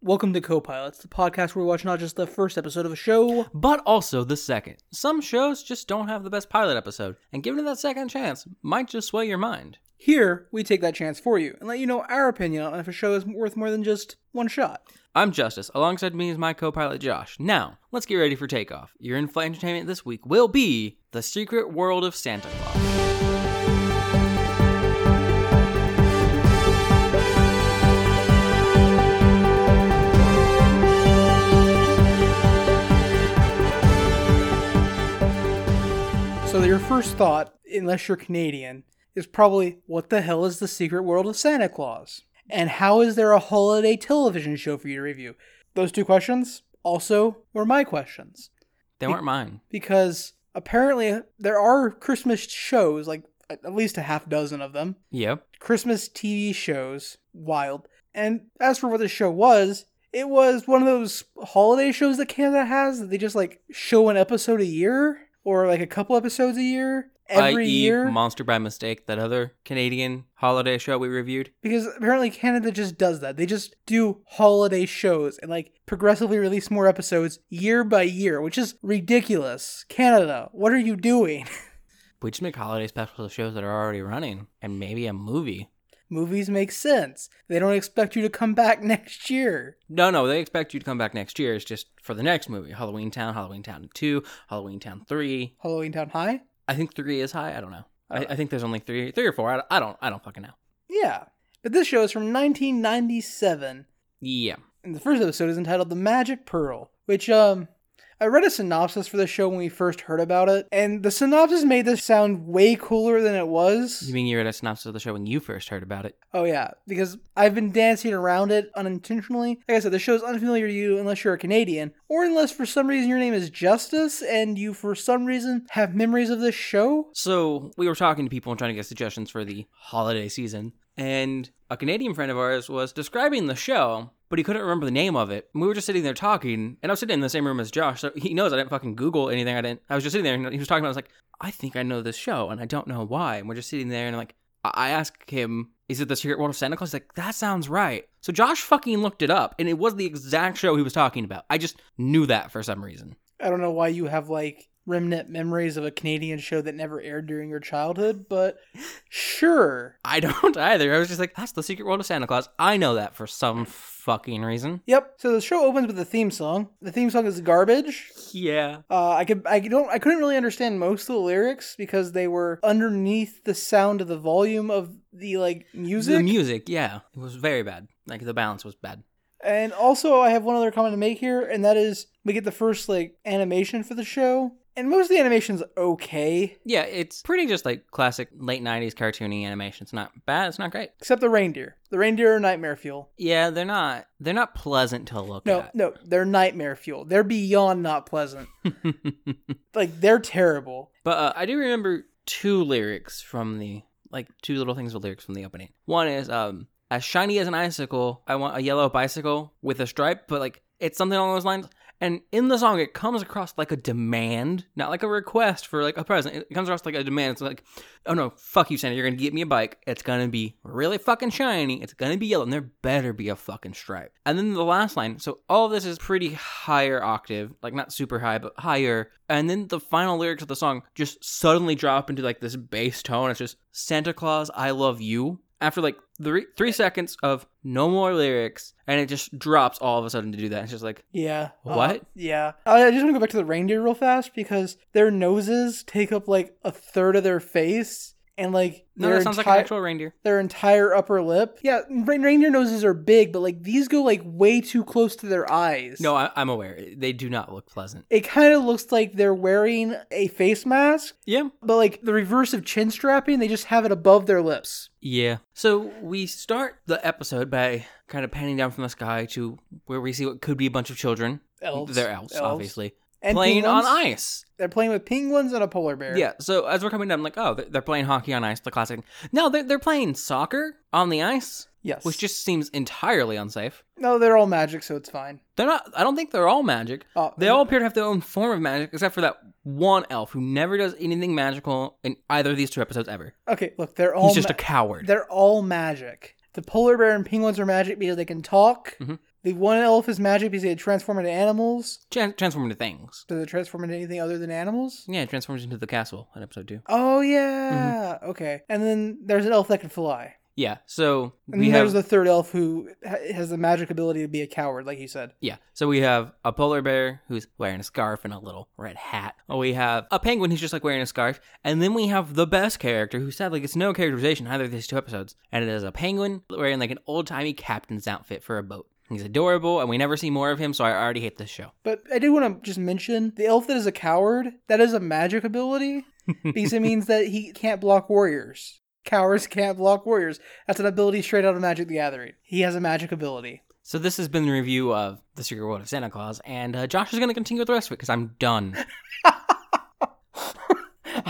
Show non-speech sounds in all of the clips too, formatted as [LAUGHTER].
Welcome to Copilots, the podcast where we watch not just the first episode of a show. but also the second. Some shows just don't have the best pilot episode, and giving it that second chance might just sway your mind. Here, we take that chance for you and let you know our opinion on if a show is worth more than just one shot. I'm Justice. Alongside me is my co pilot Josh. Now, let's get ready for takeoff. Your in flight entertainment this week will be The Secret World of Santa Claus. So, your first thought, unless you're Canadian, is probably what the hell is the secret world of Santa Claus? And how is there a holiday television show for you to review? Those two questions also were my questions. They weren't mine. Because apparently there are Christmas shows, like at at least a half dozen of them, Yep. Christmas TV shows, wild. And as for what the show was, it was one of those holiday shows that Canada has that they just like show an episode a year or like a couple episodes a year every I.e. year E, Monster by Mistake, that other Canadian holiday show we reviewed. because apparently Canada just does that. They just do holiday shows and like progressively release more episodes year by year, which is ridiculous. Canada, what are you doing? [LAUGHS] We just make holiday specials of shows that are already running, and maybe a movie. Movies make sense. They don't expect you to come back [LAUGHS] next year. No, no, they expect you to come back next year. It's just for the next movie Halloween Town, Halloween Town 2, Halloween Town 3, Halloween Town High? I think three is high. I don't know. I, Uh, I think there's only three, three or four. I, I don't. I don't fucking know. Yeah. But this show is from 1997, Yeah. and the first episode is entitled The Magic Pearl, which, um, I read a synopsis for the show when we first heard about it, and the synopsis made this sound way cooler than it was. You mean you read a synopsis of the show when you first heard about it? Oh yeah, because I've been dancing around it unintentionally. Like I said, the show's unfamiliar to you unless you're a Canadian, or unless for some reason your name is Justice and you for some reason have memories of this show. So we were talking to people and trying to get suggestions for the holiday season, and a Canadian friend of ours was describing the show, but he couldn't remember the name of it. And we were just sitting there talking, and I was sitting in the same room as Josh, so he knows I didn't fucking Google anything. I didn't. I was just sitting there, and he was talking. About, it. I was like, I think I know this show, and I don't know why. And we're just sitting there, and like, I I asked him, "Is it the Secret World of Santa Claus?" He's like, "That sounds right." So Josh fucking looked it up, and it was the exact show he was talking about. I just knew that for some reason. I don't know why you have like remnant memories of a Canadian show that never aired during your childhood, but sure. I [LAUGHS] don't either. I was just like, "That's the Secret World of Santa Claus." I know that for some fucking reason. Yep. So the show opens with a theme song. The theme song is garbage. Yeah. Uh, I could I don't I couldn't really understand most of the lyrics because they were underneath the sound of the volume of the like music. The music, yeah, it was very bad. Like the balance was bad. And also, I have one other comment to make here, and that is we get the first like animation for the show, and most of the animation's okay, Yeah, it's pretty just like classic late '90s cartoony animation. It's not bad. It's not great. except the reindeer. The reindeer are nightmare fuel. Yeah, they're not. They're not pleasant to look No, at. [LAUGHS] no, they're nightmare fuel. They're beyond not pleasant. Like they're terrible. But uh, I do remember two lyrics from the like two little things with lyrics from the opening. One is um as shiny as an icicle, I want a yellow bicycle with a stripe, but like it's something along those lines. And in the song, it comes across like a demand, not like a request for like a present. It comes across like a demand. It's like, oh no, fuck you, Santa. You're gonna get me a bike. It's gonna be really fucking shiny. It's gonna be yellow, and there better be a fucking stripe. And then the last line. So all of this is pretty higher octave, like not super high, but higher. And then the final lyrics of the song just suddenly drop into like this bass tone. It's just Santa Claus, I love you. After like three three seconds of no more lyrics, and it just drops all of a sudden to do that. It's just like Yeah. Uh, What? yeah. I I just want to go back to the reindeer real fast because their noses take up like a third of their face, and like no, their that sounds like an entire- actual reindeer. their entire upper lip. Yeah, rein- reindeer noses are big, but like these go like way too close to their eyes. No, I, I'm aware they do not look pleasant. it kind of looks like they're wearing a face mask, Yeah, but like the reverse of chin strapping, they just have it above their lips. Yeah. So we start the episode by kind of panning down from the sky to where we see what could be a bunch of children. Elves. They're elves, Elves. obviously. And playing penguins. on ice. They're playing with penguins and a polar bear. Yeah. So as we're coming down, I'm like, oh, they're, they're playing hockey on ice, the classic. No, they're, they're playing soccer on the ice, Yes. which just seems entirely unsafe. no, they're all magic, so it's fine. They're not, I don't think they're all magic. Uh, They all appear to have their own form of magic, except for that one elf who never does anything magical in either of these two episodes ever. okay. Look, they're all He's just ma- a coward. they're all magic. The polar bear and penguins are magic because they can talk. Mhm. The one elf is magic because they transform into animals. Tran- transform into things. Does it transform into anything other than animals? Yeah, it transforms into the castle in episode two. Oh yeah. Mm-hmm. Okay. And then there's an elf that can fly. Yeah, so And we then have there's the third elf who ha- has the magic ability to be a coward, like you said. yeah, so we have a polar bear who's wearing a scarf and a little red hat. Oh, we have a penguin who's just like wearing a scarf, and then we have the best character who sadly gets no characterization in either of these two episodes, and it is a penguin wearing like an old timey captain's outfit for a boat. He's adorable, and we never see more of him, so I already hate this show. But I do want to just mention the elf that is a coward. That is a magic ability because it means that he can't block warriors. Cowards can't block warriors. That's an ability straight out of Magic: The Gathering. He has a magic ability. [LAUGHS] So this has been the review of The Secret World of Santa Claus, and uh, Josh is going to continue with the rest of it because I'm [LAUGHS] done.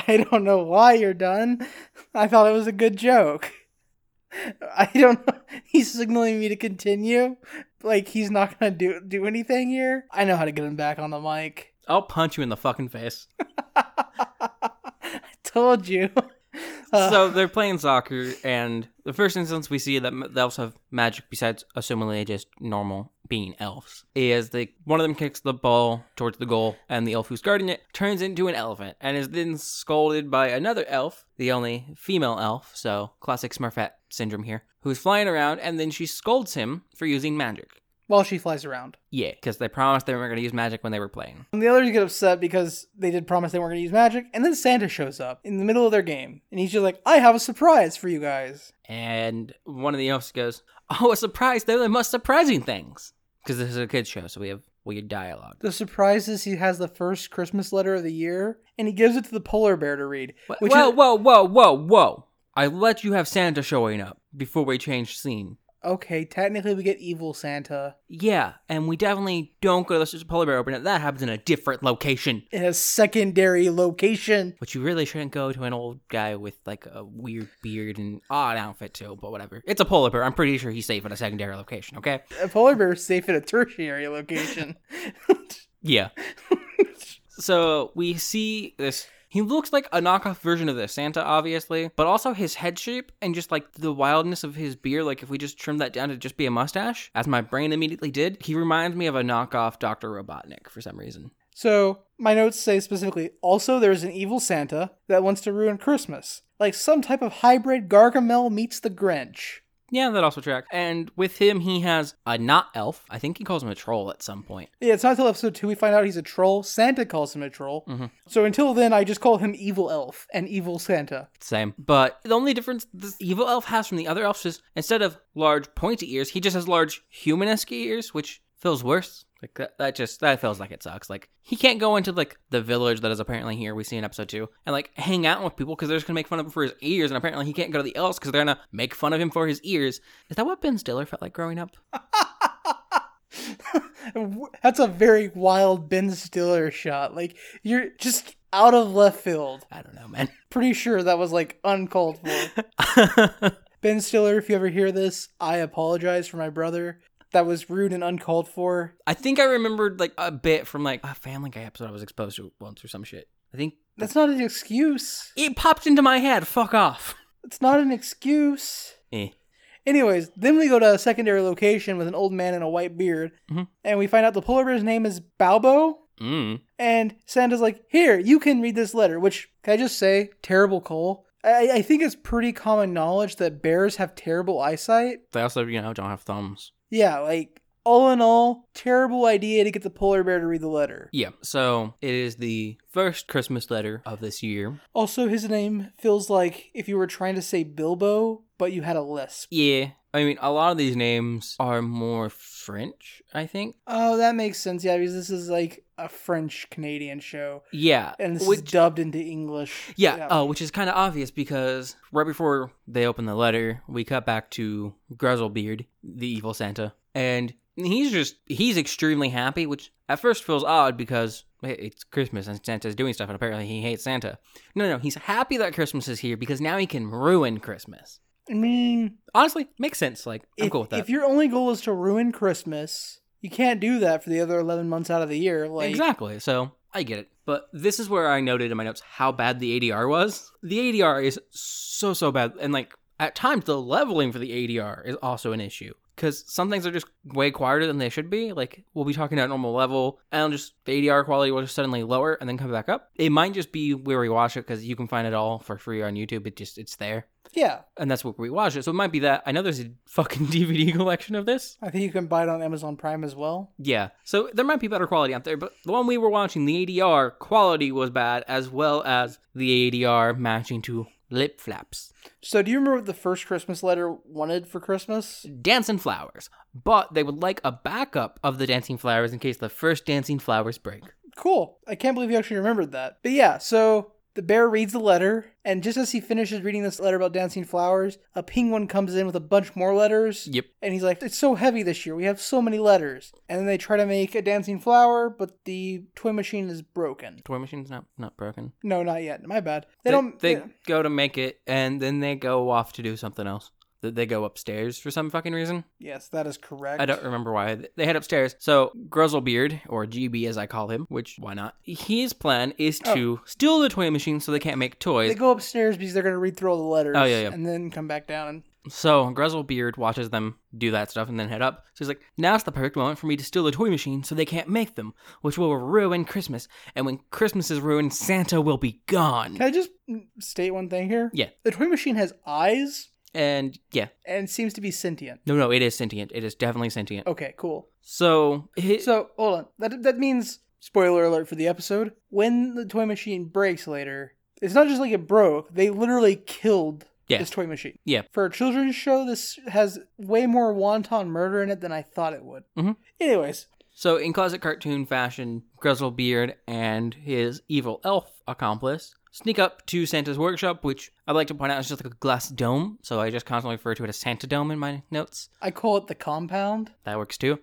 I don't know why you're done. [LAUGHS] I thought it was a good joke. [LAUGHS] I don't know. [LAUGHS] He's signaling me to continue. Like he's not gonna do do anything here. I know how to get him back on the mic. [LAUGHS] I'll punch you in the fucking face. I told you. [LAUGHS] Uh, so they're playing soccer, and the first instance we see that m- the elves have magic besides assumingly just normal being elves is they one of them kicks the ball towards the goal, and the elf who's guarding it turns into an elephant and is then scolded by another elf, the only female elf, so classic Smurfette syndrome here, who's flying around, and then she scolds him for using magic. while she flies around, Yeah, because they promised they weren't going to use magic when they were playing. and the others get upset because they did promise they weren't gonna use magic, and then Santa shows up in the middle of their game, and he's just like, "I have a surprise for you guys." And one of the elves goes, "Oh, a surprise! They're the most surprising things." Because this is a kids show, so we have weird dialogue. The surprise is he has the first Christmas letter of the year, and he gives it to the polar bear to read. Wha- Which whoa, is- whoa, whoa, whoa, whoa! I let you have Santa showing up before we change scene. Okay, technically we get evil Santa Yeah, and we definitely don't go to the Sister Polar Bear opening. That happens in a different location. in a secondary location. But you really shouldn't go to an old guy with like a weird beard and odd outfit too. But whatever, it's a polar bear. I'm pretty sure he's safe at a secondary location. Okay. A polar bear is safe in a tertiary location. [LAUGHS] Yeah. so we see this. He looks like a knockoff version of the Santa, obviously, but also his head shape and just like the wildness of his beard. Like, if we just trim that down to just be a mustache, as my brain immediately did, he reminds me of a knockoff Dr. Robotnik for some reason. so, my notes say specifically also there's an evil Santa that wants to ruin Christmas. Like some type of hybrid Gargamel meets the Grinch. Yeah, that also tracks. And with him, he has a not elf. I think he calls him a troll at some point. Yeah, it's not until episode two we find out he's a troll. Santa calls him a troll. Mhm. So until then, I just call him Evil Elf and Evil Santa. [LAUGHS] Same. But the only difference this evil elf has from the other elves is instead of large pointy ears, he just has large humanesque ears, which feels worse. Like that, that just that feels like it sucks. Like he can't go into like the village that is apparently here we see in episode two and like hang out with people because they're just gonna make fun of him for his ears, and apparently he can't go to the elves because they're gonna make fun of him for his ears. Is that what Ben Stiller felt like growing up? That's a very wild Ben Stiller shot. Like you're just out of left field. I don't know, man. [LAUGHS] Pretty sure that was like uncalled for. ben Stiller, if you ever hear this, I apologize for my brother. That was rude and uncalled for. I think I remembered like a bit from like a Family Guy episode I was exposed to once or some shit. I think That's not an excuse. it popped into my head. Fuck off. It's not an excuse. Eh. Anyways, then we go to a secondary location with an old man and a white beard, Mhm. and we find out the polar bear's name is Balbo. Mm. And Santa's like, here, you can read this letter, which, can I just say, terrible Cole? I, I think it's pretty common knowledge that bears have terrible eyesight. They also, you know, don't have thumbs. Yeah, like, all in all, terrible idea to get the polar bear to read the letter. Yeah. So it is the first Christmas letter of this year. Also, his name feels like if you were trying to say Bilbo, but you had a lisp. Yeah. I mean, a lot of these names are more French, I think. Oh, that makes sense. Yeah, because this is like a French Canadian show, Yeah. and this is Which- dubbed into English. Yeah, Uh, which is kind of obvious because right before they open the letter, we cut back to Grizzlebeard, the evil Santa, and he's just he's extremely happy, which at first feels odd because hey, it's Christmas and Santa's doing stuff, and apparently he hates Santa. No, no, he's happy that Christmas is here because now he can ruin Christmas. I mean, Honestly, makes sense. Like I'm if, cool with that. if your only goal is to ruin Christmas, you can't do that for the other 11 months out of the year. Like, exactly. So I get it. But this is where I noted in my notes how bad the ADR was. The ADR is so, so bad. And like at times, the leveling for the ADR is also an issue. because some things are just way quieter than they should be. Like we'll be talking at normal level, and just the ADR quality will just suddenly lower and then come back up. It might just be where we watch it because you can find it all for free on YouTube. It just it's there, Yeah, and that's where we watch it. So it might be that. I know there's a fucking [LAUGHS] DVD collection of this. I think you can buy it on Amazon Prime as well. Yeah, so there might be better quality out there, but the one we were watching, the ADR quality was bad, as well as the ADR matching to lip flaps. So, do you remember what the first Christmas letter wanted for Christmas? dancing flowers, but they would like a backup of the dancing flowers in case the first dancing flowers break. Cool. I can't believe you actually remembered that. But yeah, so the bear reads the letter, and just as he finishes reading this letter about dancing flowers, a penguin comes in with a bunch more letters. Yep. And he's like, It's so heavy this year. We have so many letters. And then they try to make a dancing flower, but the toy machine is broken. Toy machine's not not broken. No, not yet. My bad. They, They, don't. they yeah. go to make it, and then they go off to do something else. Th- They go upstairs for some fucking reason. Yes, that is correct. I don't remember why. They head upstairs. So Grizzlebeard, or GB as I call him, which why not? His plan is to steal the toy machine so they can't make toys. Oh. They go upstairs because they're going to read through all the letters. Oh, yeah, yeah. And then come back down. And So Grizzlebeard watches them do that stuff and then head up. So he's like, now's the perfect moment for me to steal the toy machine so they can't make them, which will ruin Christmas. And when Christmas is ruined, Santa will be gone. can I just mm, state one thing here? Yeah. The toy machine has eyes And yeah, and seems to be sentient. no, no, it is sentient. It is definitely sentient. Okay, cool. So, hi- So hold on. That that means spoiler alert for the episode. When the toy machine breaks later, it's not just like it broke. They literally killed Yeah. this toy machine. Yeah. For a children's show, this has way more wanton murder in it than I thought it would. Mhm. Anyways, so in classic cartoon fashion, Grizzlebeard and his evil elf accomplice sneak up to Santa's workshop, which I'd like to point out is just like a glass dome. So I just constantly refer to it as Santa Dome in my notes. I call it the compound. That works too.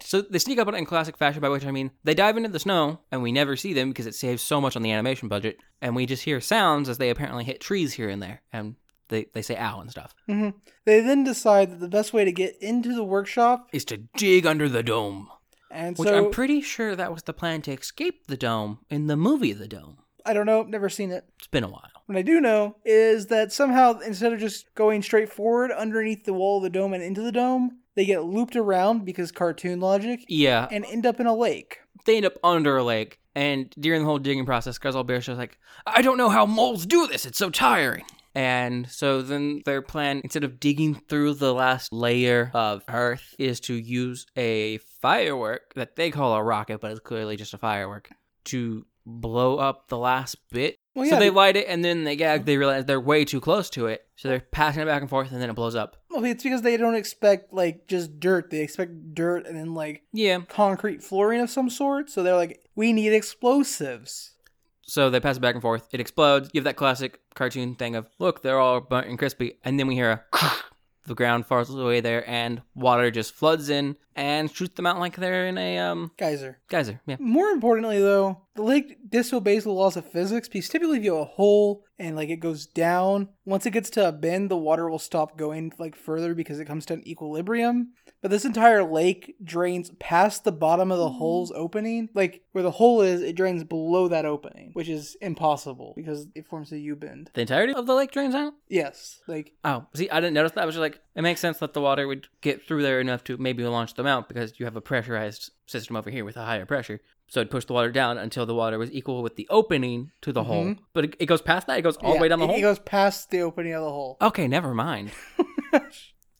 so they sneak up on it in classic fashion, by which I mean they dive into the snow and we never see them because it saves so much on the animation budget. And we just hear sounds as they apparently hit trees here and there. And they, they say ow and stuff. hmm They then decide that the best way to get into the workshop, Is to dig under the dome. and Which so I'm pretty sure that was the plan to escape the dome in the movie The Dome. I don't know, never seen it. It's been a while. What I do know is that somehow, instead of just going straight forward underneath the wall of the dome and into the dome, they get looped around because cartoon logic Yeah. and end up in a lake. They end up under a lake. And during the whole digging process, Grizzle Bear's just like, I don't know how moles do this. It's so tiring. And so then their plan, instead of digging through the last layer of Earth, is to use a firework that they call a rocket, but it's clearly just a firework, to blow up the last bit. Well, so yeah, they be- light it, and then they gag. They realize they're way too close to it, so they're passing it back and forth, and then it blows up. Well, it's because they don't expect like just dirt. They expect dirt and then like Yeah. concrete flooring of some sort. So they're like, we need explosives. So they pass it back and forth. It explodes. You have that classic cartoon thing of, look, they're all burnt and crispy. And then we hear a [LAUGHS] the ground falls away there, and water just floods in and shoots them out like they're in a um Geyser. geyser. Yeah. More importantly, though, the lake disobeys the laws of physics because typically, if you have a hole and like it goes down, once it gets to a bend, the water will stop going like further because it comes to an equilibrium. But this entire lake drains past the bottom of Mm-hmm. the hole's opening, like where the hole is, it drains below that opening, which is impossible because it forms a U bend. The entirety of the lake drains out? Yes, like Oh, see, I didn't notice that. I was just like, it makes sense that the water would get through there enough to maybe launch them out because you have a pressurized system over here with a higher pressure. So it'd push the water down until the water was equal with the opening to the hole. But it, it goes past that. It goes all Mm-hmm. the yeah, way down the it, hole. It goes past the opening of the hole. Okay, never mind.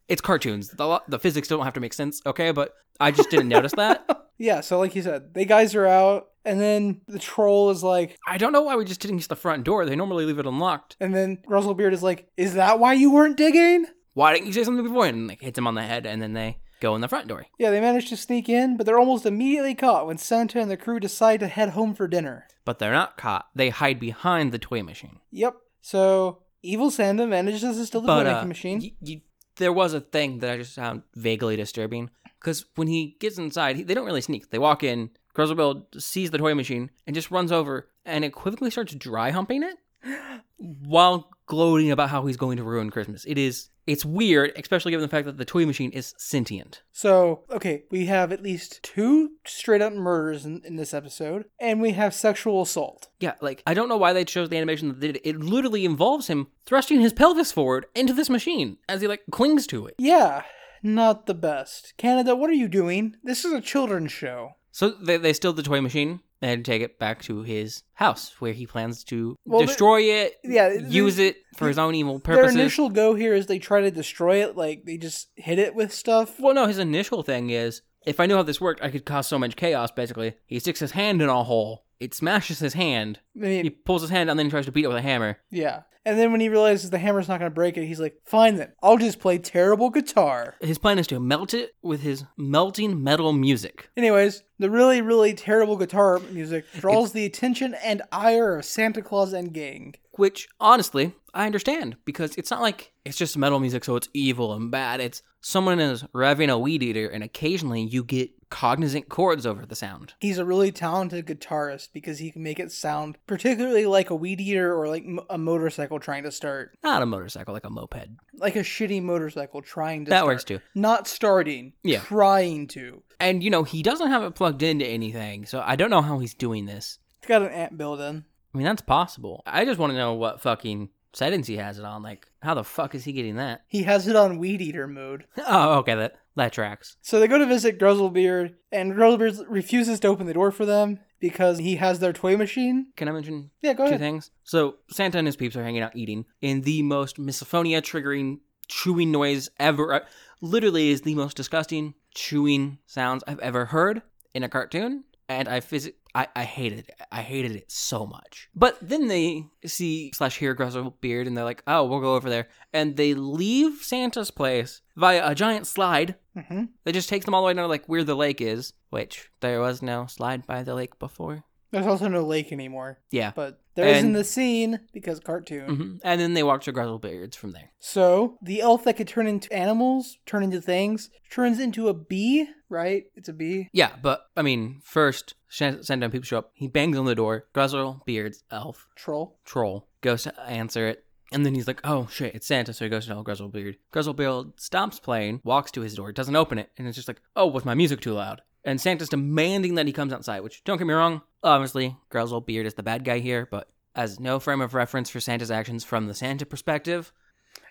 it's cartoons. The, lo- the physics don't have to make sense, okay? But I just didn't notice that. Yeah, so like you said, they guys are out, and then the troll is like, I don't know why we just didn't use the front door. They normally leave it unlocked. And then Russell Beard is like, "Is that why you weren't digging?" Why didn't you say something before? And like hits him on the head, and then they go in the front door. Yeah, they manage to sneak in, but they're almost immediately caught when Santa and the crew decide to head home for dinner. But they're not caught. They hide behind the toy machine. Yep. So evil Santa manages to steal the But toy uh, making machine. y- y- there was a thing that I just found vaguely disturbing because when he gets inside, he, they don't really sneak. They walk in. Grizzlebill sees the toy machine and just runs over and equivocally starts dry humping it while gloating about how he's going to ruin Christmas. It is it's weird, especially given the fact that the toy machine is sentient. so okay, we have at least two straight up murders in, in this episode, and we have sexual assault. Yeah, like I don't know why they chose the animation that they did. It literally involves him thrusting his pelvis forward into this machine as he like clings to it. Yeah. Not the best. Canada, what are you doing? This is a children's show. So they, they steal the toy machine and take it back to his house where he plans to Well, the- destroy it, Yeah, use it for his own evil Their purposes. initial go here is they try to destroy it, like they just hit it with stuff. well, no, his initial thing is if I knew how this worked, I could cause so much chaos, basically. He sticks his hand in a hole, it smashes his hand, I he mean, pulls his hand, and then he tries to beat it with a hammer. yeah. And then when he realizes the hammer's not going to break it, he's like, fine then, I'll just play terrible guitar. His plan is to melt it with his melting metal music. Anyways, the really, really terrible guitar music draws the attention and ire of Santa Claus and gang. which honestly I understand because it's not like it's just metal music, so it's evil and bad. It's someone is revving a weed eater, and occasionally you get cognizant chords over the sound. He's a really talented guitarist because he can make it sound particularly like a weed eater or like m- a motorcycle trying to start. Not a motorcycle, like a moped. Like a shitty motorcycle trying to that start. works too. Not starting, Yeah. trying to. And you know he doesn't have it plugged into anything, so I don't know how he's doing this. It's got an amp built in. I mean that's possible. I just want to know what fucking settings he has it on. Like how the fuck is he getting that? [LAUGHS] He has it on weed eater mode. oh, okay, that that tracks. So they go to visit Grizzlebeard, and Grizzlebeard refuses to open the door for them because he has their toy machine. Can I mention Yeah, go two ahead. things. So Santa and his peeps are hanging out eating in the most misophonia triggering chewing noise ever. I- Literally is the most disgusting chewing sounds I've ever heard in a cartoon, and I phys- I, I hated it. I hated it so much. But then they see slash hear Grizzlebeard, and they're like, "Oh, we'll go over there," and they leave Santa's place via a giant slide Mm-hmm. that just takes them all the way down to like where the lake is, which there was no slide by the lake before. There's also no lake anymore. Yeah. But there is in And- the scene because cartoon. hmm And then they walk to Grizzlebeard's from there. So the elf that could turn into animals, turn into things, turns into a bee, right? It's a bee. Yeah, but I mean, first, Shan- Sandown people show up. He bangs on the door. Grizzle, Beards, Elf, Troll. Troll goes to answer it. And then he's like, oh shit, it's Santa. So he goes to tell Grizzlebeard. Grizzlebeard stops playing, walks to his door, doesn't open it. And it's just like, oh, was my music too loud? And Santa's demanding that he comes outside, which don't get me wrong, obviously, Grizzlebeard is the bad guy here, but as no frame of reference for Santa's actions from the Santa perspective,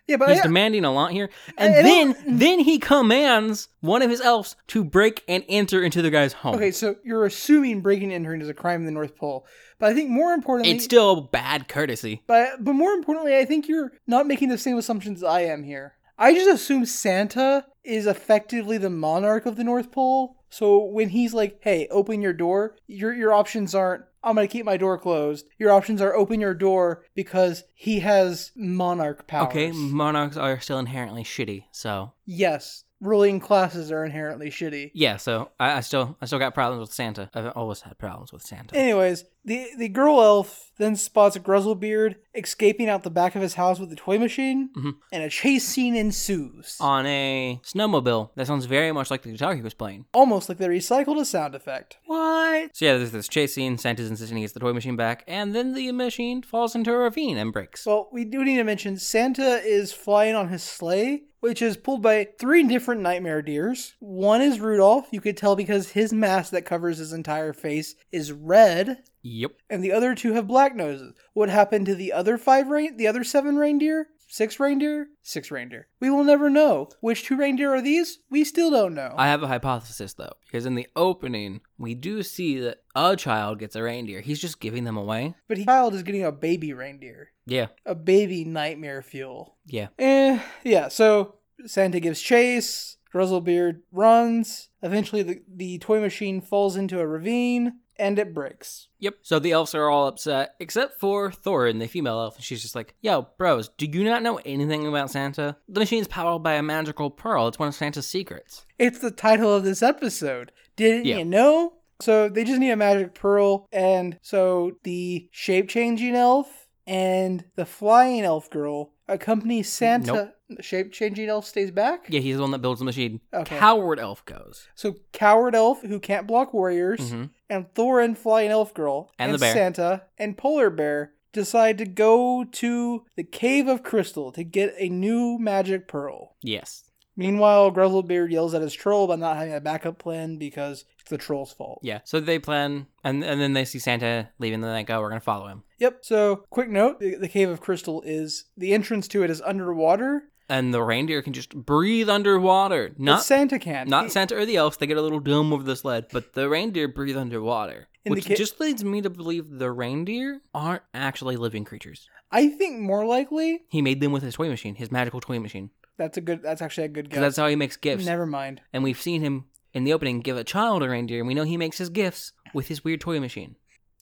Yeah, but He's I, demanding a lot here, and I then don't- then he commands one of his elves to break and enter into the guy's home. okay, so you're assuming breaking and entering is a crime in the North Pole, but I think more importantly, it's still bad courtesy. but but more importantly, I think you're not making the same assumptions as I am here. I just assume Santa is effectively the monarch of the North Pole. So when he's like, "Hey, open your door," your your options aren't. I'm gonna keep my door closed. Your options are open your door because he has monarch powers. Okay, monarchs are still inherently shitty, so Yes, ruling classes are inherently shitty. yeah. So I, I still I still got problems with Santa. I've always had problems with Santa. Anyways, the the girl elf then spots Grizzlebeard escaping out the back of his house with the toy machine, Mhm. and a chase scene ensues. on a snowmobile that sounds very much like the guitar he was playing. almost like they recycled a sound effect. What? So yeah, there's this chase scene. Santa's insisting he gets the toy machine back, and then the machine falls into a ravine and breaks. Well, we do need to mention Santa is flying on his sleigh, which is pulled by three different nightmare deers. One is Rudolph, you could tell because his mask that covers his entire face is red, Yep. and the other two have black noses. What happened to the other five rein the other seven reindeer? Six reindeer? Six reindeer. We will never know. Which two reindeer are these? We still don't know. I have a hypothesis though, because in the opening we do see that a child gets a reindeer. He's just giving them away. but he child is getting a baby reindeer. Yeah, A baby nightmare fuel. yeah. Eh, yeah, so Santa gives chase, Grizzlebeard runs, eventually the, the toy machine falls into a ravine, and it breaks. Yep. So the elves are all upset, except for Thorin, the female elf, and she's just like, "Yo, bros, do you not know anything about Santa? The machine's powered by a magical pearl. It's one of Santa's secrets." It's the title of this episode. Didn't Yeah. you know? So they just need a magic pearl, and so the shape changing elf and the flying elf girl accompany Santa. Shape changing elf stays back? Yeah, he's the one that builds the machine. Okay. Coward elf goes, So coward elf who can't block warriors, Mhm. and Thorin flying elf girl, And the bear. Santa, and polar bear decide to go to the cave of crystal to get a new magic pearl. Yes. Meanwhile, Grizzlebeard yells at his troll about not having a backup plan because it's the troll's fault. Yeah. So they plan, and and then they see Santa leaving, and they go, "We're gonna follow him." Yep. So, quick note: the, the cave of crystal is the entrance to it is underwater. and the reindeer can just breathe underwater. But Not Santa can. not He- Santa or the elves. They get a little dome over the sled, but the reindeer breathe underwater, In the which ca- just leads me to believe the reindeer aren't actually living creatures. I think more likely He made them with his toy machine, his magical toy machine, that's a good. That's actually a good 'Cause guess. that's how he makes gifts. Never mind. And we've seen him in the opening give a child a reindeer, and we know he makes his gifts with his weird toy machine.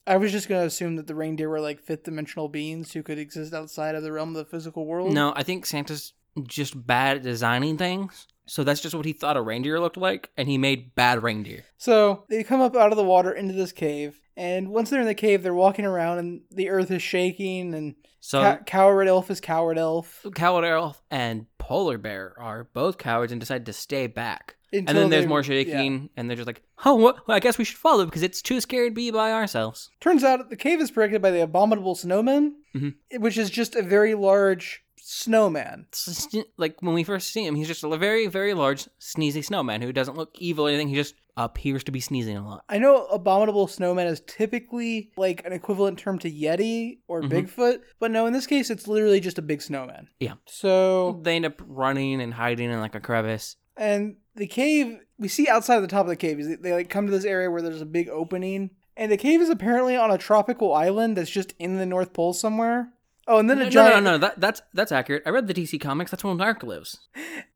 I was just gonna assume that the reindeer were like fifth dimensional beings who could exist outside of the realm of the physical world. No, I think Santa's just bad at designing things. So that's just what he thought a reindeer looked like, and he made bad reindeer. So they come up out of the water into this cave, and once they're in the cave, they're walking around, and the earth is shaking, and So Cow- coward elf is coward elf. Coward Elf and Polar Bear are both cowards and decide to stay back. Until and then there's they- more yeah. shaking, and they're just like, oh, what? well, I guess we should follow because it's too scary to be by ourselves. Turns out the cave is protected by the abominable snowman, Mhm. which is just a very large snowman. It's just, like when we first see him, he's just a very, very large, sneezy snowman who doesn't look evil or anything. He just appears to be sneezing a lot. I know abominable snowman is typically like an equivalent term to Yeti or Mhm. Bigfoot, but no, in this case, it's literally just a big snowman. Yeah. So, They end up running and hiding in like a crevice. and the cave, we see outside of the top of the cave, is they like come to this area where there's a big opening, and the cave is apparently on a tropical island that's just in the North Pole somewhere. Oh, and then No, a no, giant, no, no, that, that's that's accurate. I read the DC comics. That's where Narc lives.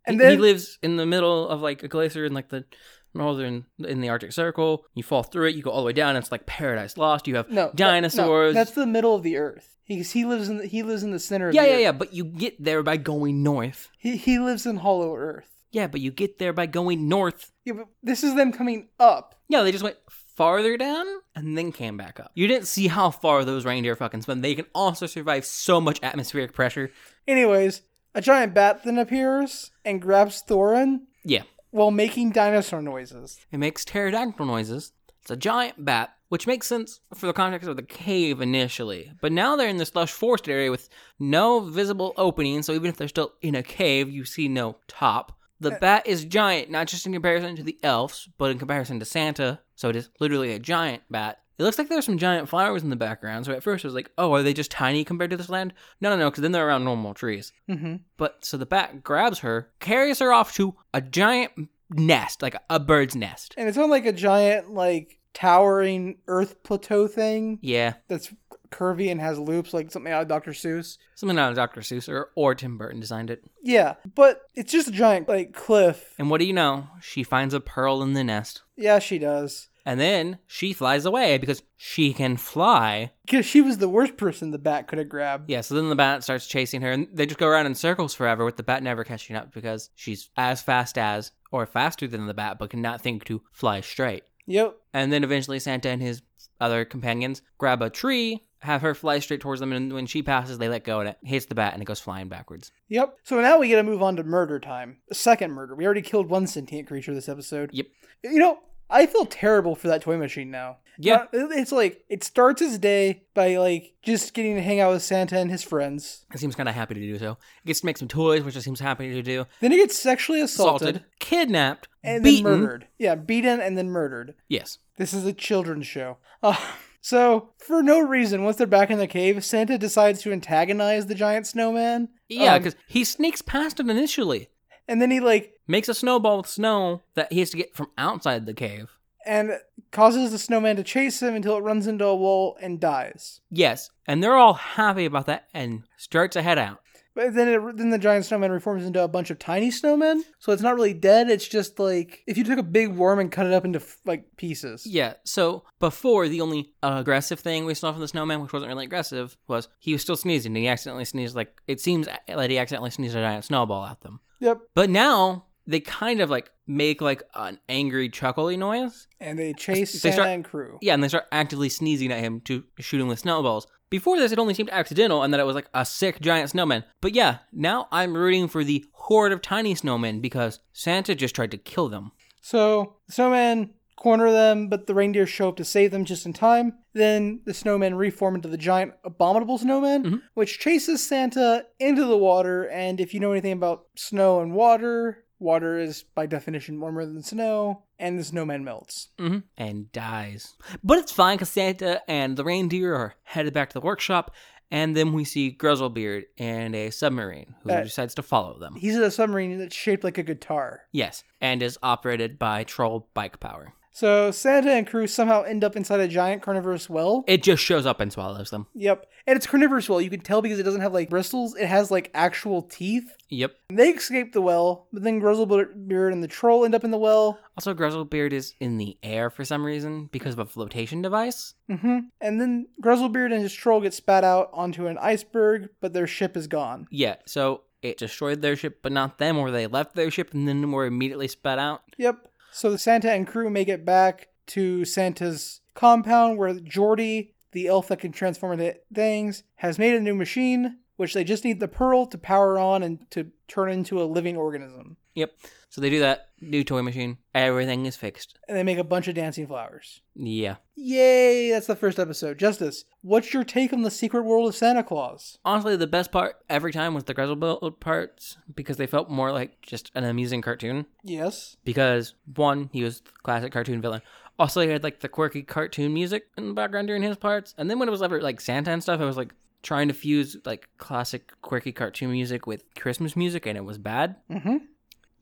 and he, then he lives in the middle of like a glacier in like the northern in the Arctic Circle. You fall through it, you go all the way down. It's like Paradise Lost. You have no that- dinosaurs. no, that's the middle of the Earth. He he lives in the, he lives in the center. Of yeah, the yeah, Earth. yeah. But you get there by going north. He he lives in Hollow Earth. Yeah, but you get there by going north. Yeah, but this is them coming up. Yeah, they just went farther down and then came back up. You didn't see how far those reindeer fucking swim. They can also survive so much atmospheric pressure. Anyways, a giant bat then appears and grabs Thorin Yeah, while making dinosaur noises. It makes pterodactyl noises. It's a giant bat, which makes sense for the context of the cave initially. But now they're in this lush forest area with no visible opening, so even if they're still in a cave, you see no top. The bat is giant, not just in comparison to the elves, but in comparison to Santa, so it is literally a giant bat. It looks like there's some giant flowers in the background, so at first I was like, oh, are they just tiny compared to this land? No, no, no, because then they're around normal trees. Mm-hmm. But so the bat grabs her, carries her off to a giant nest, like a bird's nest. And it's on like a giant, like towering Earth plateau thing Yeah, that's curvy and has loops, like something out of Dr. Seuss. something out of Dr. Seuss or, or Tim Burton designed it. Yeah, but it's just a giant like cliff. And what do you know? She finds a pearl in the nest. Yeah, she does. And then she flies away because she can fly. Because she was the worst person the bat could have grabbed. Yeah, so then the bat starts chasing her, and they just go around in circles forever with the bat never catching up because she's as fast as, or faster than the bat, but cannot think to fly straight. Yep. And then eventually Santa and his other companions grab a tree, have her fly straight towards them, and when she passes, they let go and it hits the bat and it goes flying backwards. Yep. So now we get to move on to murder time. The second murder. We already killed one sentient creature this episode. Yep. You know, I feel terrible for that toy machine now. Yeah. Not- It's like it starts his day by like just getting to hang out with Santa and his friends. It seems kind of happy to do so. It gets to make some toys, which it seems happy to do. Then he gets sexually assaulted, Assaulted, kidnapped, and beaten. then murdered. Yeah, beaten and then murdered. Yes. This is a children's show. Uh, [LAUGHS] so for no reason, once they're back in the cave, Santa decides to antagonize the giant snowman. Yeah, Um, because he sneaks past him initially, and then he like makes a snowball with snow that he has to get from outside the cave. and causes the snowman to chase him until it runs into a wall and dies. Yes. And they're all happy about that and start to head out. But then it, then the giant snowman reforms into a bunch of tiny snowmen. So it's not really dead. It's just like if you took a big worm and cut it up into f- like pieces. Yeah. So before the only aggressive thing we saw from the snowman, which wasn't really aggressive, was he was still sneezing and he accidentally sneezed like it seems like he accidentally sneezed a giant snowball at them. Yep. But now they kind of like make like an angry chuckly noise. And they chase They Santa start- and crew. Yeah, and they start actively sneezing at him to shoot him with snowballs. Before this, it only seemed accidental and that it was like a sick giant snowman. But yeah, now I'm rooting for the horde of tiny snowmen because Santa just tried to kill them. So the snowmen corner them, but the reindeer show up to save them just in time. Then the snowmen reform into the giant abominable snowman, Mhm. which chases Santa into the water. And if you know anything about snow and water, water is by definition warmer than snow, and the snowman melts. hmm and dies. But it's fine because Santa and the reindeer are headed back to the workshop, And then we see Grizzlebeard and a submarine who Uh, decides to follow them. He's in a submarine that's shaped like a guitar. yes, and is operated by troll bike power. So Santa and crew somehow end up inside a giant carnivorous well. It just shows up and swallows them. yep. And it's carnivorous well. You can tell because it doesn't have like bristles, it has like actual teeth. Yep. And they escape the well, but then Grizzlebeard and the troll end up in the well. Also, Grizzlebeard is in the air for some reason because of a flotation device. hmm And then Grizzlebeard and his troll get spat out onto an iceberg, but their ship is gone. Yeah, so it destroyed their ship, but not them, or they left their ship and then were immediately spat out. Yep. So Santa and crew make it back to Santa's compound where Jordy, the elf that can transform into things, has made a new machine, which they just need the pearl to power on and to turn into a living organism. Yep. So they do that new toy machine. Everything is fixed. And they make a bunch of dancing flowers. Yeah. Yay! That's the first episode. Justice, what's your take on the secret world of Santa Claus? Honestly, the best part every time was the Grizzlebeard parts because they felt more like just an amusing cartoon. Yes. Because one, he was the classic cartoon villain. Also, he had like the quirky cartoon music in the background during his parts. And then when it was ever like Santa and stuff, I was like trying to fuse like classic quirky cartoon music with Christmas music, and it was bad. Mm-hmm.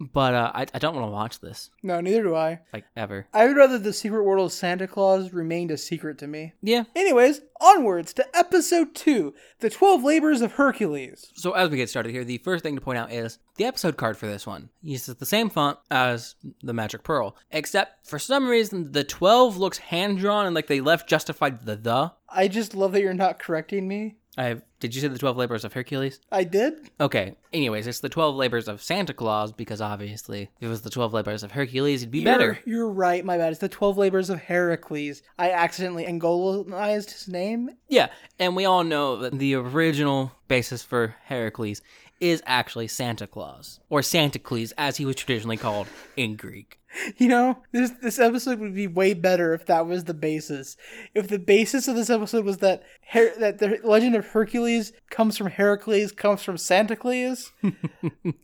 But uh, I, I don't want to watch this No, neither do I. like ever. I would rather the secret world of Santa Claus remained a secret to me. Yeah. Anyways, onwards to episode two The Twelve Labors of Hercules. So as we get started here, the first thing to point out is the episode card for this one uses the same font as the Magic Pearl, except for some reason the twelve looks hand drawn and like they left justified the the. I just love that you're not correcting me. I did you say the twelve labors of Hercules? I did? Okay. Anyways, it's the twelve labors of Santa Claus because obviously if it was the twelve labors of Hercules, it'd be better. You're, you're right, my bad. It's the Twelve Labors of Heracles. I accidentally angolized his name. Yeah, and we all know that the original basis for Heracles is actually Santa Claus or Santacles as he was traditionally called in Greek. You know, this this episode would be way better if that was the basis. If the basis of this episode was that Her- that the legend of Hercules comes from Heracles, comes from [LAUGHS] Santacles,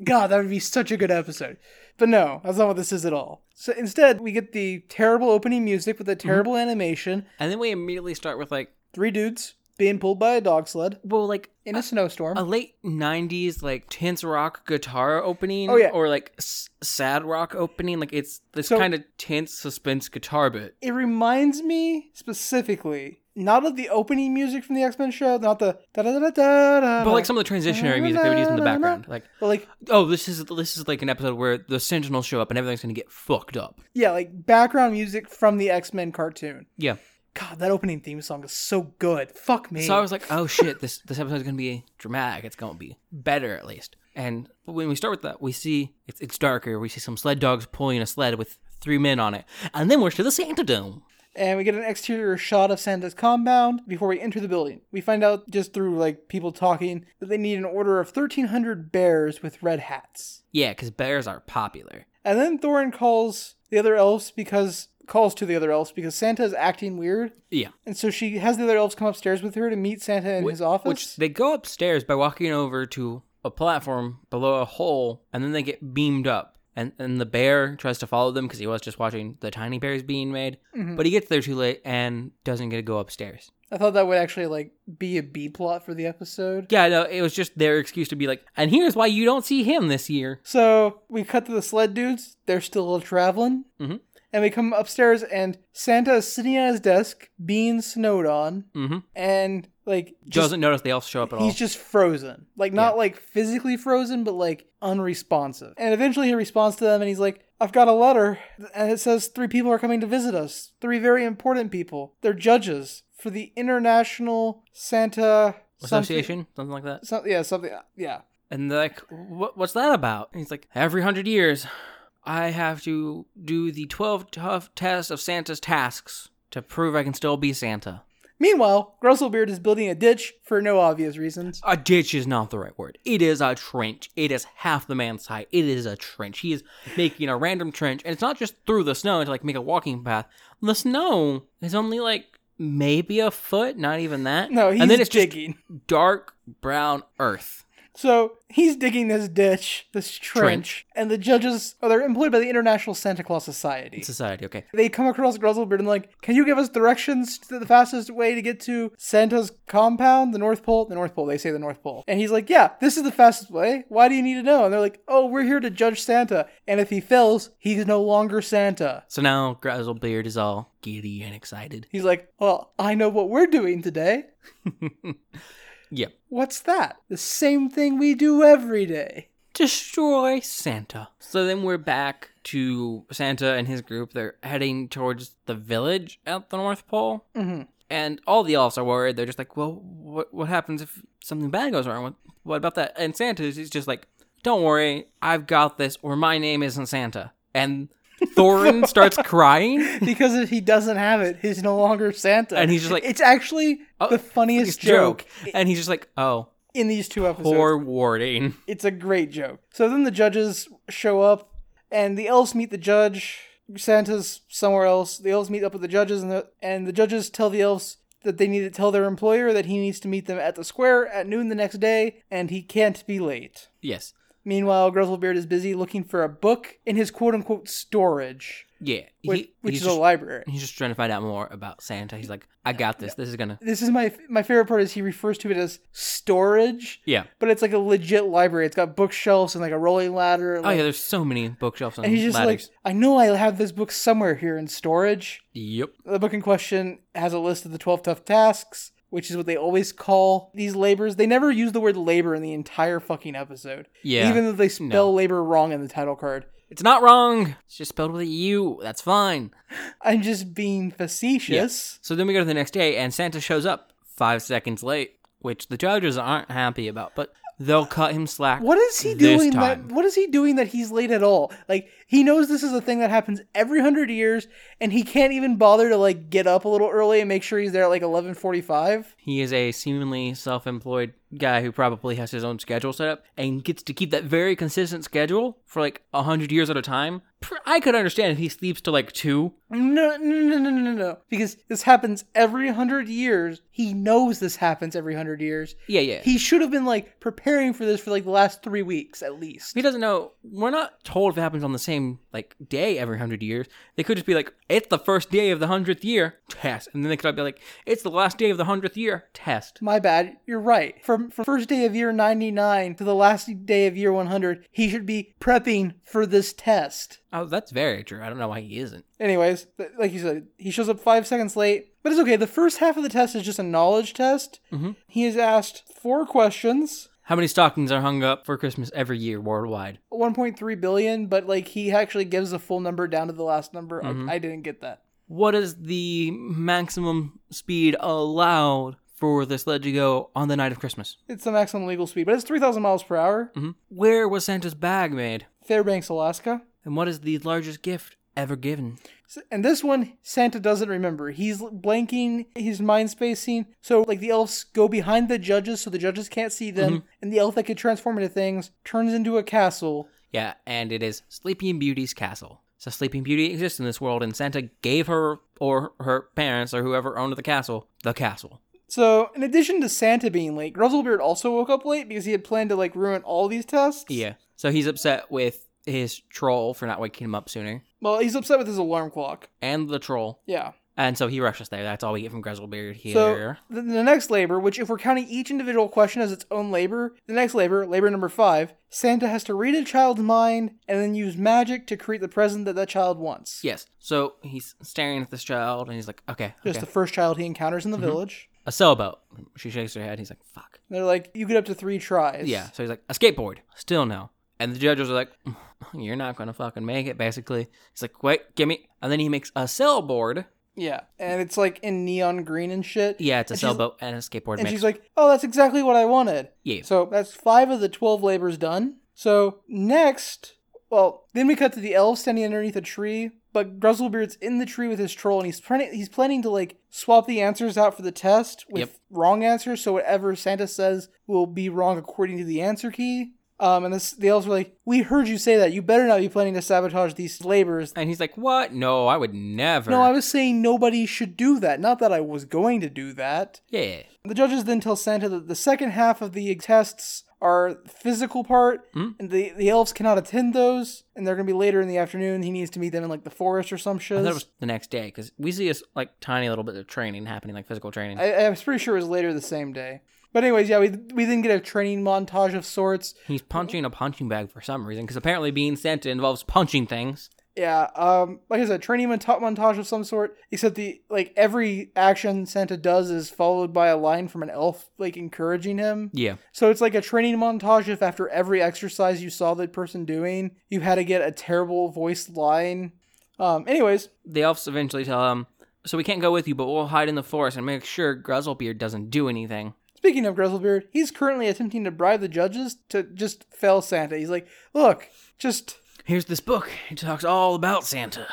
God, that would be such a good episode. But no, that's not what this is at all. So instead, we get the terrible opening music with the Mm-hmm. terrible animation. And then we immediately start with like, Three dudes being pulled by a dog sled well, like in a snowstorm. Uh, a late '90s like tense rock guitar opening, Oh, yeah. or like s- sad rock opening. Like it's this So- kind of tense suspense guitar bit. it reminds me specifically not of the opening music from the X Men show, not the da da da da da, But like some of the transitionary music they would use in the background, like but like oh, this is this is like an episode where the Sentinels show up and everything's gonna get fucked up. Yeah, like background music from the X Men cartoon. Yeah. God, that opening theme song is so good. Fuck me. So I was like, oh shit, this this episode's gonna be dramatic. It's gonna be better at least. And when we start with that, we see it's it's darker. We see some sled dogs pulling a sled with three men on it, and then we're to the Santa Dome. and we get an exterior shot of Santa's compound before we enter the building. We find out just through like people talking that they need an order of 1,300 bears with red hats. Yeah, because bears are popular. And then Thorin calls the other elves because calls to the other elves because Santa is acting weird. Yeah. And so she has the other elves come upstairs with her to meet Santa in his office. Which they go upstairs by walking over to a platform below a hole, and then they get beamed up. And, and the bear tries to follow them because he was just watching the tiny bears being made, Mm-hmm. but he gets there too late and doesn't get to go upstairs. I thought that would actually like be a B plot for the episode. Yeah, no, it was just their excuse to be like, and here's why you don't see him this year. So we cut to the sled dudes. They're still traveling. Mhm. And we come upstairs, and Santa is sitting at his desk, being snowed on, Mm-hmm. and like just, doesn't notice they all show up at all. he's just frozen. Like not Yeah. like physically frozen, but like unresponsive. And eventually he responds to them, and he's like, "I've got a letter, and it says three people are coming to visit us. Three very important people. They're judges for the International Santa something- Association, something like that. Some, yeah, something. Yeah, And they're like, what, what's that about? And he's like, every hundred years, I have to do the 12 tough tests of Santa's tasks to prove I can still be Santa. Meanwhile, Grizzlebeard is building a ditch for no obvious reasons. A ditch is not the right word. It is a trench. It is half the man's height. It is a trench. He is making a random trench, and it's not just through the snow to like make a walking path. The snow is only like maybe a foot, not even that. No, he's and then it's digging. just dark brown earth. So he's digging this ditch, this trench, Trench. and the judges are they're employed by the International Santa Claus Society. Society, okay. they come across Grizzlebeard and like, can you give us directions to the fastest way to get to Santa's compound, the North Pole? The North Pole. They say the North Pole, and he's like, yeah, this is the fastest way. Why do you need to know? And they're like, oh, we're here to judge Santa, and if he fails, he's no longer Santa. So now Grizzlebeard is all giddy and excited. He's like, well, I know what we're doing today. Yep. What's that? The same thing we do every [LAUGHS] day. Destroy Santa. So then we're back to Santa and his group. They're heading towards the village at the North Pole. hmm And all the elves are worried. They're just like, well, what, what happens if something bad goes wrong? What, what about that? And Santa is just like, don't worry, I've got this, or my name isn't Santa. [LAUGHS] And Thorin starts crying. because if he doesn't have it, he's no longer Santa. And he's just like- it's actually Oh, the funniest It's a joke. joke And he's just like, oh, in these two episodes. poor Warding. It's a great joke. So then the judges show up, and the elves meet the judge. Santa's somewhere else. The elves meet up with the judges, and the, and the judges tell the elves that they need to tell their employer that he needs to meet them at the square at noon the next day, and he can't be late. [LAUGHS] Yes. Meanwhile, Grizzlebeard is busy looking for a book in his quote unquote storage, Yeah. which, He- which he's is just- a library. He's just trying to find out more about Santa. He's like, I got this. This is gonna. This is my my favorite part is he refers to it as storage, Yeah. but it's like a legit library. It's got bookshelves and like a rolling ladder. Oh like- yeah. There's so many bookshelves on And he's just ladders. like, I know I have this book somewhere here in storage. yep. The book in question has a list of the 12 tough tasks, which is what they always call these labors. They never use the word labor in the entire fucking episode. Yeah. Even though they spell No. labor wrong in the title card. It's not wrong. It's just spelled with a U. That's fine. I'm just being facetious. So then we go to the next day, and Santa shows up five seconds late, which the judges aren't happy about, but they'll cut him slack. What is he this doing that time. what is he doing that he's late at all? Like he knows this is a thing that happens every 100 years and he can't even bother to like get up a little early and make sure he's there at like 11:45. He is a seemingly self-employed guy who probably has his own schedule set up and gets to keep that very consistent schedule for like a hundred years at a time. Pr- I could understand if he sleeps till like two. No, no, no, no, no, no, no. Because this happens every hundred years. He knows this happens every hundred years. Yeah, yeah. He should have been like preparing for this for like the last three weeks at least. He doesn't know. We're not told if it happens on the same like day every hundred years. They could just be like, "It's the first day of the hundredth year test," and then they could be like, "It's the last day of the hundredth year test." My bad. You're right. From from first day of year ninety nine to the last day of year one hundred, he should be prepping for this test. Oh, that's very true. I don't know why he isn't. Anyways, th- like you said, he shows up five seconds late, but it's okay. The first half of the test is just a knowledge test. Mm-hmm. He is asked four questions. How many stockings are hung up for Christmas every year worldwide? 1.3 billion, but like he actually gives the full number down to the last number. I- I, didn't get that. What is the maximum speed allowed for the sled to go on the night of Christmas? It's the maximum legal speed, but it's 3,000 miles per hour. hmm Where was Santa's bag made? Fairbanks, Alaska. And what is the largest gift ever given? S- And this one, Santa doesn't remember. He's blanking, he's mind spacing. So, like, the elves go behind the judges so the judges can't see them. And the elf that could transform into things turns into a castle. Yeah, and it is Sleeping Beauty's castle. So Sleeping Beauty exists in this world, and Santa gave her or her parents or whoever owned the castle the castle. So, in addition to Santa being late, Grizzlebeard also woke up late because he had planned to, like, ruin all these tests. Yeah. So he's upset with his troll for not waking him up sooner, Well, he's upset with his alarm clock. and the troll, Yeah. and so he rushes there. That's all we get from Grizzlebeard So here. the, the next labor, which if we're counting each individual question as its own labor, the next labor, labor number five, Santa has to read a child's mind and then use magic to create the present that that child wants. yes. So he's staring at this child, and he's like, "Okay, Just okay. Mm-hmm. the first child he encounters in the village. a sailboat." She shakes her head. He's like, "Fuck." They're like, you get up to three tries. Yeah. So he's like, a skateboard. Still no. And the judges are like, "Mm, you're not going to fucking make it, basically. He's like, wait, give me. And then he makes a sailboard. Yeah. And it's like in neon green and shit. Yeah, it's a And she's- sailboat and a skateboard And mix. she's like, oh, that's exactly what I wanted. yeah. So that's five of the 12 labors done. So next, well, then we cut to the elf standing underneath a tree, but Grizzlebeard's in the tree with his troll and he's planning he's planning to like swap the answers out for the test with Yep. wrong answers so whatever Santa says will be wrong according to the answer key. Um, and this, the elves were like, "We heard you say that. You better not be planning to sabotage these labors." and he's like, what? No, I would never. No, I was saying nobody should do that. Not that I was going to do that. Yeah. The judges then tell Santa that the second half of the tests are physical part, Mhm. and the the elves cannot attend those, and they're gonna be later in the afternoon. He needs to meet them in like the forest or some I shit. thought it was the next day because we see us like tiny little bit of training happening, like physical training. I, I was pretty sure it was later the same day. But anyways, yeah, we we then get a training montage of sorts. He's punching a punching bag for some reason because apparently being Santa involves punching things. Yeah, um, like I said, training monta- montage of some sort. Except the like every action Santa does is followed by a line from an elf, like encouraging him. Yeah, So it's like a training montage. If after every exercise you saw the person doing, you had to get a terrible voice line. Um, anyways, the elves eventually tell him, "So we can't go with you, but we'll hide in the forest and make sure Grizzlebeard doesn't do anything." Speaking of Grizzlebeard, he's currently attempting to bribe the judges to just fail Santa. He's like, look, just. Here's this book. It talks all about Santa.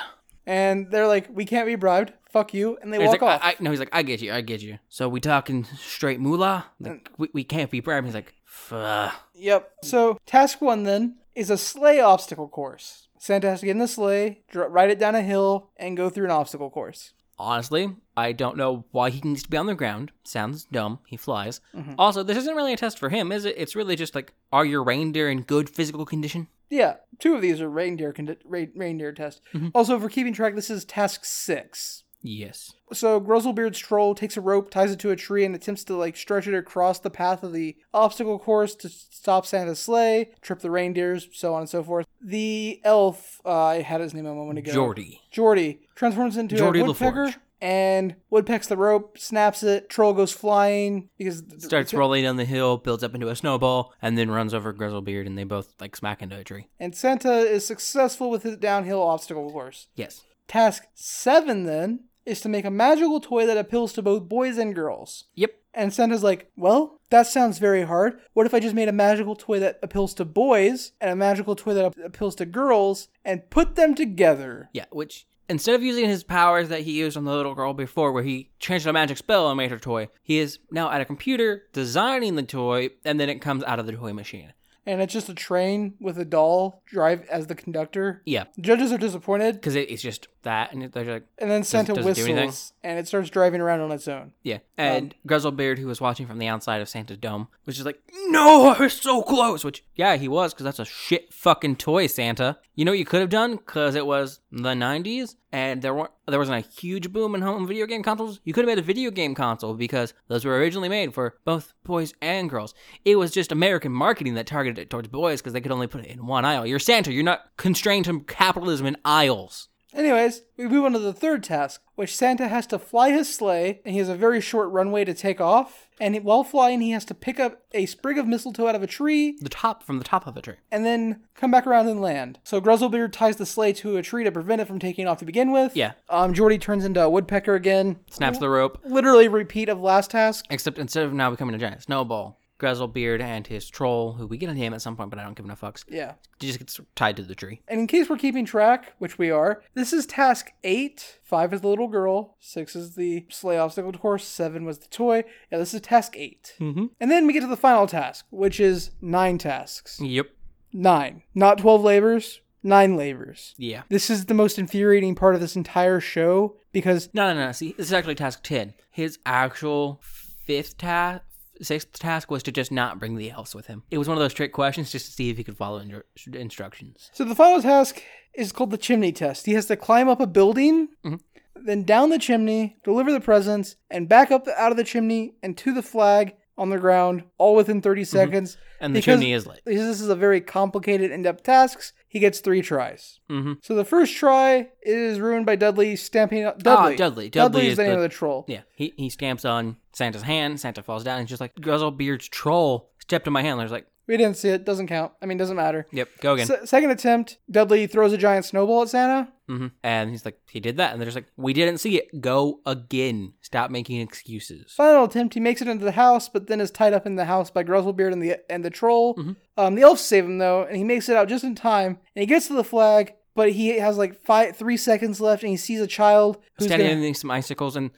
And they're like, we can't be bribed. Fuck you. And they He's walk like, off. [LAUGHS] I, I, no, he's like, I get you, I get you. So we talking straight moolah? Mm. Like, we, we can't be bribed. He's like, fuh. Yep. So, task one then is a sleigh obstacle course. Santa has to get in the sleigh, dr- ride it down a hill, and go through an obstacle course. Honestly, I don't know why he needs to be on the ground. Sounds dumb. He flies. Mm-hmm. Also, this isn't really a test for him, is it? It's really just like, are your reindeer in good physical condition? Yeah, two of these are reindeer con- re- reindeer test. Mm-hmm. Also, if we're keeping track, this is task six. Yes. So Grizzlebeard's troll takes a rope, ties it to a tree, and attempts to like stretch it across the path of the obstacle course to stop Santa's sleigh, trip the reindeers, so on and so forth. The elf, uh, I had his name a moment ago. Jordy. Jordy transforms into Geordie a woodpecker LaForge. and woodpecks the rope, snaps it. Troll goes flying because Starts rolling down the hill, builds up into a snowball, and then runs over Grizzlebeard, and they both like smack into a tree. and Santa is successful with his downhill obstacle course. Yes. Task seven then is to make a magical toy that appeals to both boys and girls. Yep. And Santa's like, well, that sounds very hard. What if I just made a magical toy that appeals to boys and a magical toy that appeals to girls and put them together? Yeah, which instead of using his powers that he used on the little girl before, where he changed a magic spell and made her toy, he is now at a computer designing the toy, and then it comes out of the toy machine. And it's just a train with a doll drive as the conductor. Yeah, Judges are disappointed. because it, it's just that, and it- they're like, And then Santa does it do anything? whistles and it starts driving around on its own. yeah. And Grizzlebeard, who was watching from the outside of Santa's dome, was just like, "No, I was so close." Which, yeah, he was, because that's a shit fucking toy, Santa. You know what you could have done, because it was the '90s, and there weren't there wasn't a huge boom in home video game consoles. You could have made a video game console because those were originally made for both boys and girls. It was just American marketing that targeted it towards boys because they could only put it in one aisle. You're Santa. You're not constrained to capitalism in aisles. Anyways, we move on to the third task, which Santa has to fly his sleigh, and he has a very short runway to take off. And while flying, he has to pick up a sprig of mistletoe out of a tree The top from the top of a tree. and then come back around and land. So Grizzlebeard ties the sleigh to a tree to prevent it from taking off to begin with. Yeah. Um, Jordy turns into a woodpecker again. Snaps the rope. Literally repeat of last task. Except instead of now becoming a giant snowball, Grizzlebeard and his troll, who we get a name at some point, but I don't give no fucks, Yeah. just gets tied to the tree. And in case we're keeping track, which we are, this is task eight. Five is the little girl. Six is the sleigh obstacle course. Seven was the toy. Yeah, this is task 8 Mm-hmm. And then we get to the final task, which is nine tasks. Yep. Nine. Not 12 labors, nine labors. Yeah. This is the most infuriating part of this entire show because No, no, no. See, this is actually task 10. His actual fifth task, sixth task was to just not bring the elves with him. It was one of those trick questions just to see if he could follow in- instructions. So the final task is called the chimney test. He has to climb up a building, Mm-hmm. then down the chimney, deliver the presents, and back up out of the chimney and to the flag on the ground, all within 30 seconds. Mm-hmm. And the Because chimney is lit. Because this is a very complicated, in-depth task. He gets three tries. Mm-hmm. So the first try is ruined by Dudley stamping out Dudley. Ah, Dudley. Dudley Dudley is, is the name the- of the troll. Yeah. He, he stamps on Santa's hand. Santa falls down. And just like, Grizzlebeard's troll stepped on my hand. There's like, We didn't see it. Doesn't count. I mean, doesn't matter. yep, go again. Se- second attempt, Dudley throws a giant snowball at Santa. hmm And he's like, he did that. And they're just like, we didn't see it. Go again. Stop making excuses. Final attempt, he makes it into the house, but then is tied up in the house by Grizzlebeard and the and the troll. Mm-hmm. Um, the elves save him though, and he makes it out just in time. And he gets to the flag, but he has like five, three seconds left, and he sees a child who's Standing gonna- in some icicles and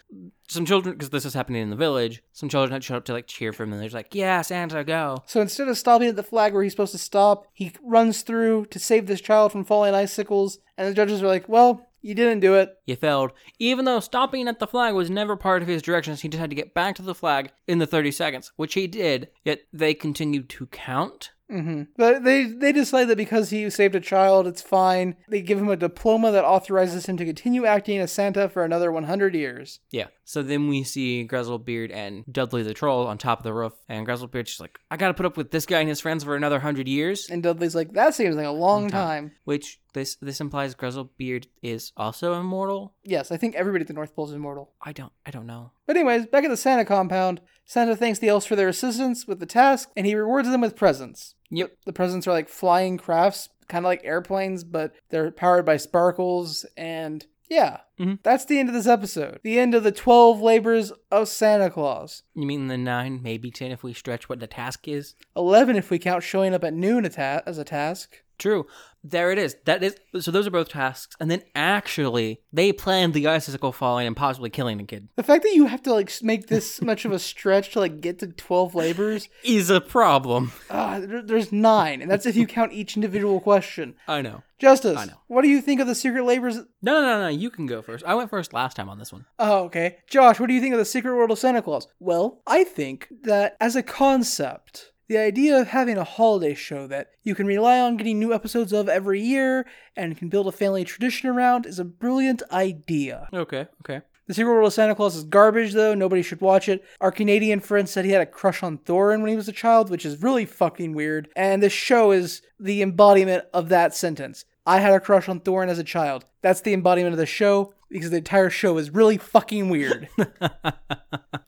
some children, because this is happening in the village, some children had showed up to like cheer for him. And they're just like, yeah, Santa, go. So instead of stopping at the flag where he's supposed to stop, he runs through to save this child from falling icicles. And the judges are like, "Well, You didn't do it. You failed. Even though stopping at the flag was never part of his directions, he just had to get back to the flag in the 30 seconds, which he did, yet they continued to count. Mm-hmm. But they they decide that because he saved a child, it's fine. They give him a diploma that authorizes him to continue acting as Santa for another 100 years. Yeah. So then we see Grizzlebeard and Dudley the Troll on top of the roof, and Grizzlebeard's just like, I gotta put up with this guy and his friends for another 100 years, And Dudley's like, that seems like a long time. which this, this implies Grizzlebeard is also immortal. Yes, I think everybody at the North Pole is immortal. I don't, I don't know. But anyways, back at the Santa compound, Santa thanks the elves for their assistance with the task, and he rewards them with presents. Yep. The presents are like flying crafts, kind of like airplanes, but they're powered by sparkles. And yeah, Mhm. that's the end of this episode. The end of the 12 labors of Santa Claus. You mean the nine, maybe 10 if we stretch what the task is? 11 if we count showing up at noon a ta- as a task. True. There it is. That is. So those are both tasks, and then actually they planned the icicle falling and possibly killing a kid The fact that you have to like s- make [LAUGHS] this much of a stretch to like get to 12 labors, is a problem. ah, there- there's nine, and that's if you count each individual question. [LAUGHS] I know. Justice, I know. what do you think of the secret labors No, no, no, no. You can go first. I went first last time on this one. Oh, okay. Josh, what do you think of the Secret World of Santa Claus? Well, I think that as a concept, the idea of having a holiday show that you can rely on getting new episodes of every year and can build a family tradition around is a brilliant idea. Okay. Okay. The Secret World of Santa Claus is garbage, though. Nobody should watch it. Our Canadian friend said he had a crush on Thorin when he was a child, which is really fucking weird. And this show is the embodiment of that sentence. I had a crush on Thorin as a child. That's the embodiment of the show because the entire show is really fucking weird.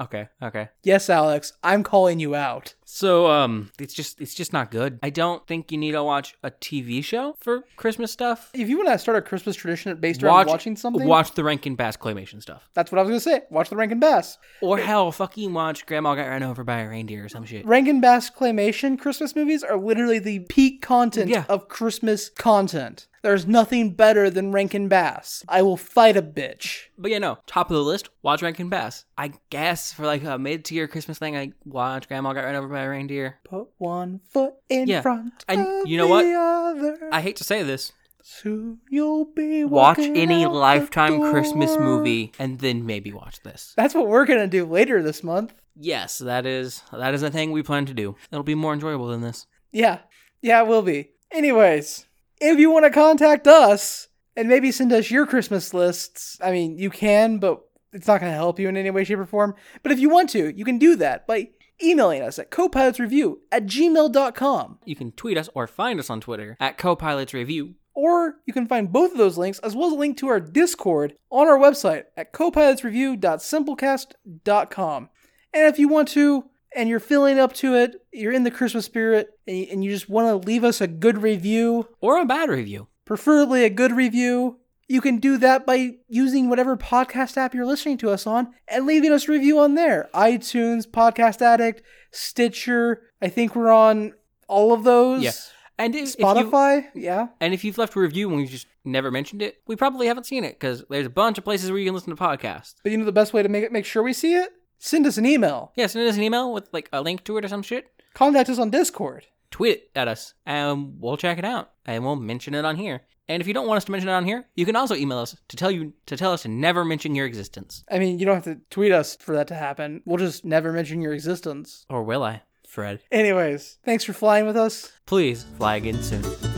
okay. Okay. yes, Alex, I'm calling you out. So um, it's just it's just not good. I don't think you need to watch a TV show for Christmas stuff. If you want to start a Christmas tradition based around Watch watching something, Watch the Rankin Bass claymation stuff, that's what I was going to say. Watch the Rankin Bass. or hell, fucking watch Grandma got run over by a reindeer or some shit. Rankin Bass claymation Christmas movies are literally the peak content Yeah. of Christmas content. There's nothing better than Rankin Bass. I will fight a bitch. But yeah, no. Top of the list, watch Rankin Bass. I guess for like a mid tier Christmas thing, I watch Grandma Got Run Over by a Reindeer. Put one foot in Yeah. front And of you know the what? other. I hate to say this. Soon you'll be Watch walking any out the lifetime door. Christmas movie and then maybe watch this. That's what we're gonna do later this month. Yes, that is that is a thing we plan to do. It'll be more enjoyable than this. Yeah. Yeah, it will be. Anyways, if you want to contact us and maybe send us your Christmas lists, I mean, you can, but it's not going to help you in any way, shape, or form. But if you want to, you can do that by emailing us at copilotsreview at gmail.com. You can tweet us or find us on Twitter at Copilots Review. Or you can find both of those links, as well as a link to our Discord, on our website at copilotsreview.simplecast.com. And if you want to, and you're feeling up to it, you're in the Christmas spirit, and you- and you just want to leave us a good review, Or a bad review. preferably a good review. You can do that by using whatever podcast app you're listening to us on and leaving us a review on there. iTunes, Podcast Addict, Stitcher. I think we're on all of those. Yeah. And if, if you- Spotify. yeah. and if you've left a review and we just never mentioned it, we probably haven't seen it because there's a bunch of places where you can listen to podcasts. But you know the best way to make it make sure we see it? Send us an email. Yeah, send us an email with like a link to it or some shit. Contact us on Discord. tweet it at us and we'll check it out and we'll mention it on here. And if you don't want us to mention it on here, you can also email us to tell you to tell us to never mention your existence. I mean, you don't have to tweet us for that to happen. We'll just never mention your existence. Or will I, Fred? Anyways, thanks for flying with us. Please fly again soon.